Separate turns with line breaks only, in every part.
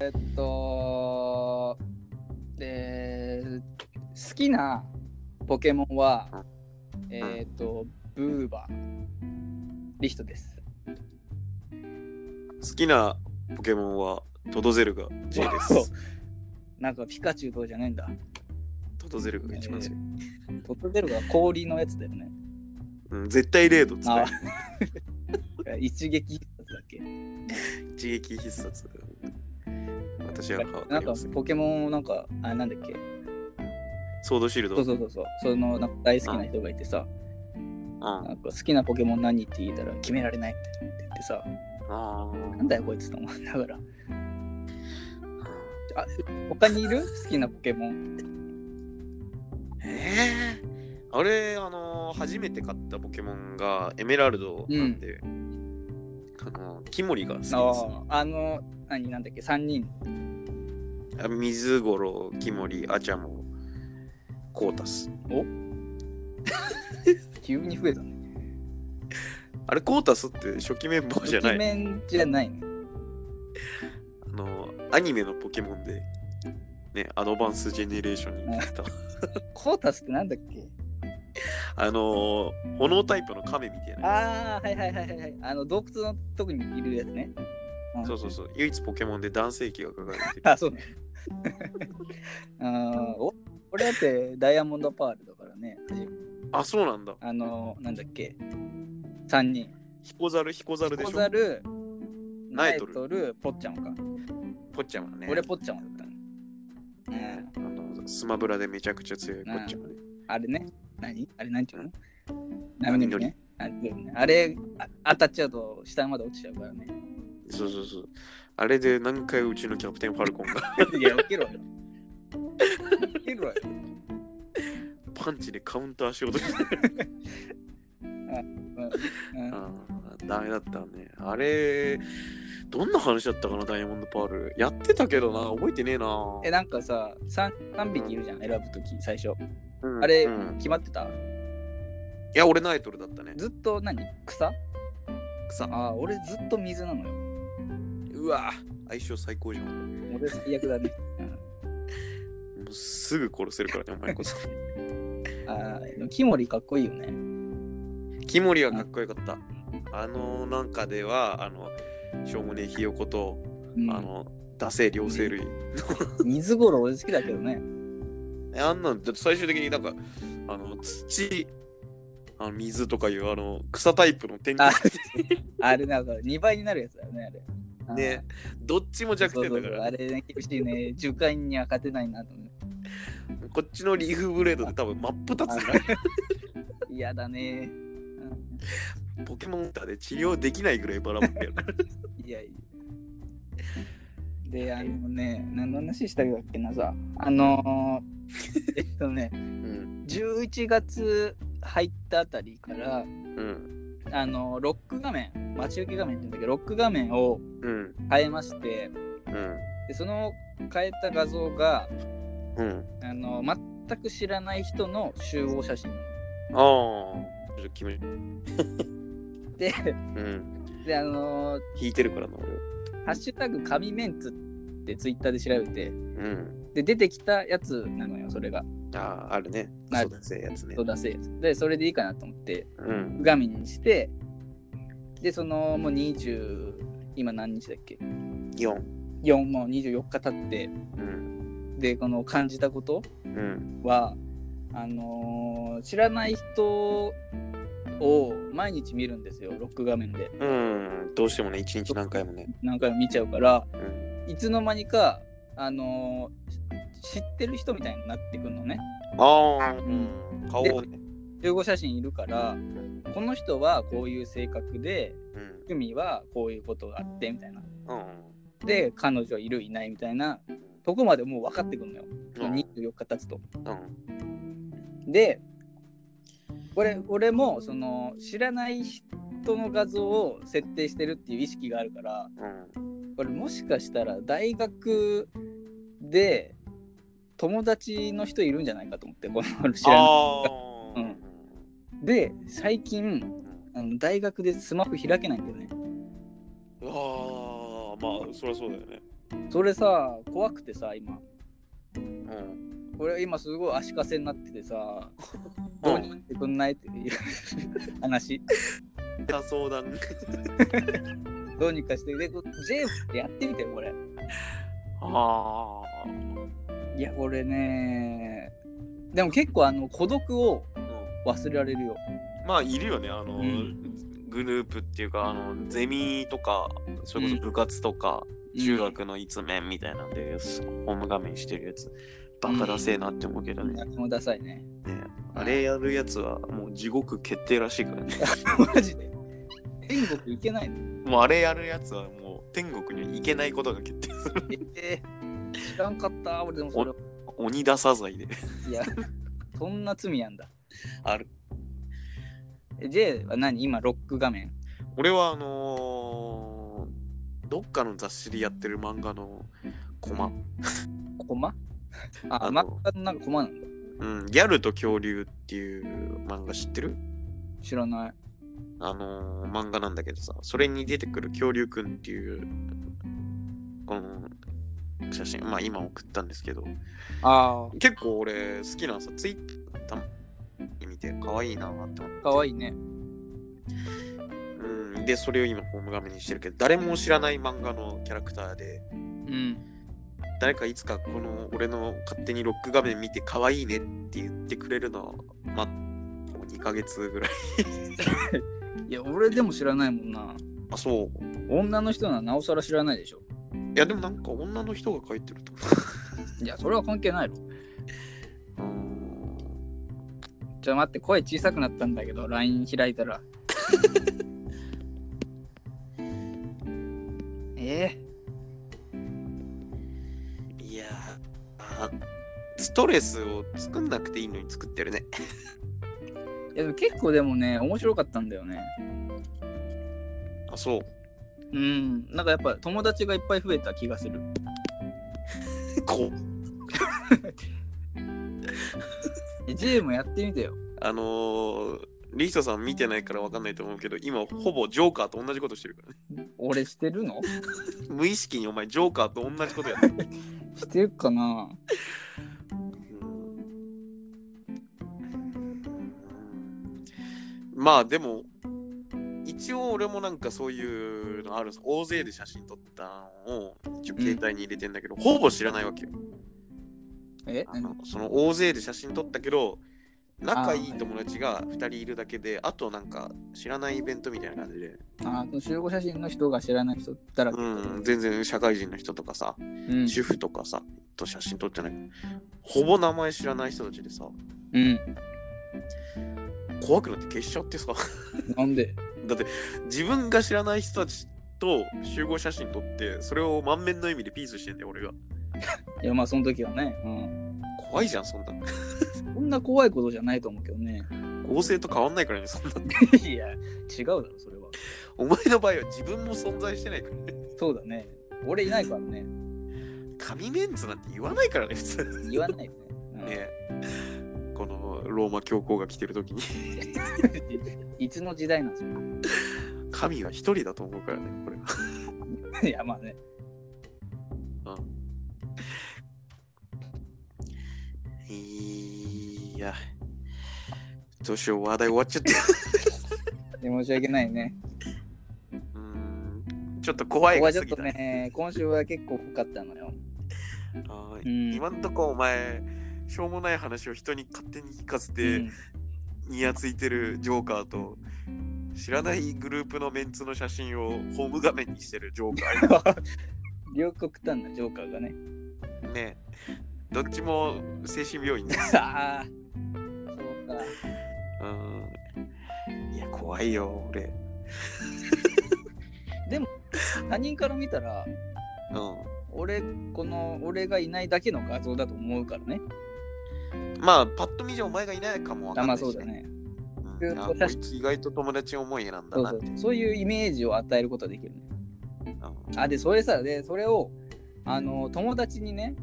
えっと、えー好きなポケモンは、えっと、ブーバー、リヒトです。
好きなポケモンはトドゼルガ J で
わお
す。
なんかピカチュウとかじゃねえんだ。
トドゼルガが一番強い。
トップベルが氷のやつだよね。
うん、絶対レードっつ
あ
って
あ一撃必殺だっけ
一撃必殺。私は変わって
な
ま
んか
せん。
ポケモンをなんか、あ、なんだっけ
ソードシールド。
そうそうそうそう。そのなんか大好きな人がいてさ、
うんあ
なんか好きなポケモン何って言ったら決められないみたいなの言ってさ、
ー
なんだよこいつと思いながら。あ、他にいる好きなポケモン。
えー、あれ、あのー初めて買ったポケモンがエメラルドなんで、あのーキモリが好きです。
ああの、何なんだっけ ?3 人。
あ水五郎、キモリ、アチャモ、コータス。
急に 増えたね。
あれ、コータスって初期メンバーじゃ
イ
ない。
メンじゃないね。
あのー、アニメのポケモンで、ね、アドバンスジェネレーションに出てた。
コータスってなんだっけ
あのー、炎タイプの亀みたいなや
ああ、はいはいはいはいはい。あの、洞窟のとこにいるやつね。 あ
つ。そうそうそう。唯一ポケモンで男性器が描かれてる。
あ、そうね。 あーお俺だってダイヤモンドパールだからね。
あ、そうなんだ。
あの、なんだっけ。3人。
ヒコザル、ヒコザルでし
小
ょ。
猿、ナ
ナ
イ
イ
ト
ト
ル、
ル
ポッチャンか。
ポッチャマね。
俺ポッチャンだったの。うん
あのスマブラでめちゃくちゃ強いポッチャマね。
あれね。何あれなんていうの
波乗り
ね。あねあれあ当たっちゃうと下まで落ちちゃうからね。
そうそうそう。あれで何回うちのキャプテンファルコンが
いや、起きろよ。起きろよ。
パンチでカウンターしようとしてた。
うん
あーダメだったね。あれ、どんな話だったかな、ダイヤモンドパール。やってたけどな、覚えてねえな。
え、なんかさ、3, 3匹いるじゃん、選ぶとき、最初。
うん
あれ、
うん
決まってた
いや、俺ナイトルだったね。
ずっと何草
草。
ああ、俺ずっと水なのよ。
うわ相性最高じゃん。
俺最悪だね。
もうすぐ殺せるからね、お 前こそ。
ああ、でもキモリかっこいいよね。
キモリはかっこよかった。あの中では、あの、しょうもねえひよこと、
うん、
あの、惰性両生類。
水ごろ俺好きだけどね。
えあんなんだって最終的になんかあの土あの水とかいうあの草タイプの天
あ
敵
あれなんか2倍になるやつだよね、あれ。あー
ねどっちも弱点だ
そう
か
そうそうあ
ら
れね、厳しいね。樹海には勝てないなと思って。
こっちのリーフブレードで多分真っ二つになる
嫌だね。
ポケモンターで治療できないぐらいバラバラや る
いやいや。で、あのね、何の話したっけなさ。あの ーえっとね、
うん
11月入ったあたりから、
うん
あのロック画面待ち受け画面って言うんだけどロック画面を
うん
変えまして
うん
でその変えた画像が
うん
あの全く知らない人の集合写真
ああちょっと決め
で
うん
であの
引いてるからな俺は
「ハッシュタグ紙メンツ」ってツイッターで調べて
うん
で出てきたやつなのよそれが
あああるね
ある
そうだぜやつね
そうだせえやつでそれでいいかなと思って
うん
画面にしてでそのもう20今何日だっけ
四
4もう24日経って
うん
でこの感じたこと
うん
はあのー知らない人を毎日見るんですよロック画面で
うんどうしてもね一日何回もね
何回も見ちゃうから
うん
いつの間にか、あのーし知ってる人みたいになってくるのね
ああうん顔をね
集合写真いるからこの人はこういう性格で
うん
久美はこういうことがあってみたいな
う。
で彼女いるいないみたいなんとこまでもう分かってくるのよ
うん
24日経つと
うん。
で俺俺もその知らない人の画像を設定してるっていう意識があるから
うん。
これもしかしたら大学で友達の人いるんじゃないかと思ってこの知らない
あ
う
あ。
んで最近あの大学でスマホ開けないんだよね
ああ、まあ、そりゃそうだよね。
それさ、怖くてさ、今。
うん。
俺今すごい足かせになっててさ、どうにもしてくんないっていう 話。
あ相談。
どうにかして。で、こ J ってやってみてよ、これ。
ああ。
いや、これね。でも結構あの孤独を忘れられるよ。
まあいるよねあの、
うん
グループっていうかあのゼミとかそれこそ部活とか、中学の一面みたいなんで、ホーム画面してるやつバカだせえなって思うけど
うん。
ね,、
やってもダサいね。
ねあれやるやつはもう地獄決定らしいからね
マジで。天国行けないの。
もうあれやるやつはもう天国には行けないことが決定する
えー知らんかった。俺でもそれは。
鬼出さ罪で
いや、そんな罪やんだ。
ある
え J は何今、ロック画面。
俺はあのーどっかの雑誌でやってる漫画のコマ、
コマあ、
あ
マ
の
ッカのなんかコマなんだ。
うん、ギャルと恐竜っていう漫画知ってる
知らない。
あのー漫画なんだけどさ、それに出てくる恐竜くんっていう、この写真、まあ今送ったんですけど、
あ
結構俺好きなさ、ツイッター見て可愛いなって思って。
あ、かわいいね。
うん、で、それを今ホーム画面にしてるけど、誰も知らない漫画のキャラクターで、
うん。
誰かいつかこの俺の勝手にロック画面見て可愛いねって言ってくれるのは、まあ、もう2ヶ月ぐらい。
いや、俺でも知らないもんな。
あ、そう。
女の人ならなおさら知らないでしょ。
いや、でもなんか女の人が書いてるとか。
いや、それは関係ないろ。
うん
じゃあ待って、声小さくなったんだけど、LINE 開いたら。 え
いやーあストレスを作んなくていいのに作ってるね。
ーいやでも結構でもね、面白かったんだよね。
あ、そう。
うん。なんかやっぱ友達がいっぱい増えた気がする。
こ
え J もやってみてよ。
あのー、リヒトさん見てないからわかんないと思うけど、今ほぼジョーカーと同じことしてるからね。
俺してるの
無意識にお前ジョーカーと同じことやってる。
してるかな
まあでも、一応俺もなんかそういうのあるんです。大勢で写真撮ったのを一応携帯に入れてんだけど、ほぼ知らないわけよ。
え
あのその大勢で写真撮ったけど仲いい友達が2人いるだけであ,、となんか知らないイベントみたいな感じで、
あー集合写真の人が知らない人だらけ。
うん、全然社会人の人とかさ、
うん。
主婦とかさと写真撮ってないほぼ名前知らない人たちでさ
うん、
怖くなって消しちゃってさ
なんで
だって自分が知らない人たちと集合写真撮ってそれを満面の意味でピースしてんだよ俺が
いやまあその時はね、うん、
怖いじゃんそんな
そんな怖いことじゃないと思うけどね
合成と変わんないからねそんな い
や違うだろそれは
お前の場合は自分も存在してないから
そうだね俺いないからね
紙メンツなんて言わないからね普通
言わないね、うん
ね、このローマ教皇が来て る時に
いつの時代なんです
神は一人だと思うからねこれは
か いやまあね
いやどうしよう話題終わっち ゃって
いや申し訳ないね
うーんちょっと怖
こ
い
こは
が
ちょ
過
っ
ぎ
と
た、
ね今週は結構濃かったのよ、
あー
うん、
今んとこお前しょうもない話を人に勝手に聞かせ
う
て
ん
ニヤついてるジョーカーと知らないグループのメンツの写真をホーム画面にしてるジョーカ
両極端なジョーカーが ね
ーねどっちも精神病院だ
ああそうか
うんいや怖いよ俺
他人から見たら
うん
俺この俺がいないだけの画像だと思うからね
まあ、パッと見じゃお前がいないかもわか
あ
ん
ま
ない
あ
し、
そうだ。ね
うん、あこいつ意外と友達思いなんだ
そう
な
そ
っ
う
て。
そういうイメージを与えることはできるね
うん
あでそれさでそれをあの友達にね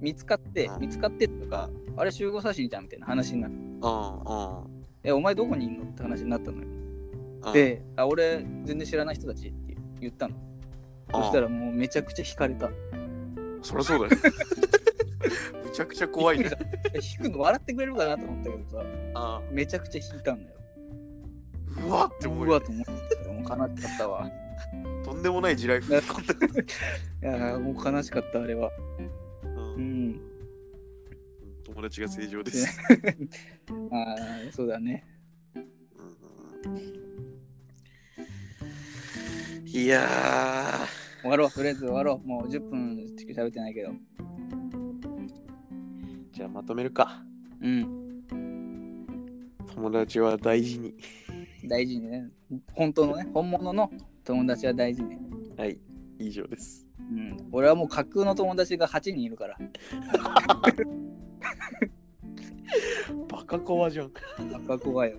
見つかって
うん
見つかってとかあれ集合写真じゃんみたいな話になって
うんうん
えお前どこにいんのって話になったのよ
うん。
であ俺全然知らない人たちって言ったの
うん、
そしたらもうめちゃくちゃ惹かれた
そりゃそうだよ。 むちゃくちゃ怖い
び
ね
っ。くりしたえ弾くの笑ってくれるかなと思ったけどさ、
ああ
めちゃくちゃ弾いたんだよ。
うわって思う
う
よ
わと思って、もう悲しかったわ。
とんでもない地雷踏んだった
いやー、もう悲しかった、あれは。
う
うんん。
友達が正常です。
ああ、そうだね。
うんいや
終わろう、とりあえず終わろう。もう10分しか喋ってないけど。
ーじゃあまとめるか。
うん。
友達は大事に。
大事にね。本当のね、本物の友達は大事に。
はい、以上です。
うん。俺はもう架空の友達が8人いるから。
バカ怖じゃん。
やっぱ怖いよ。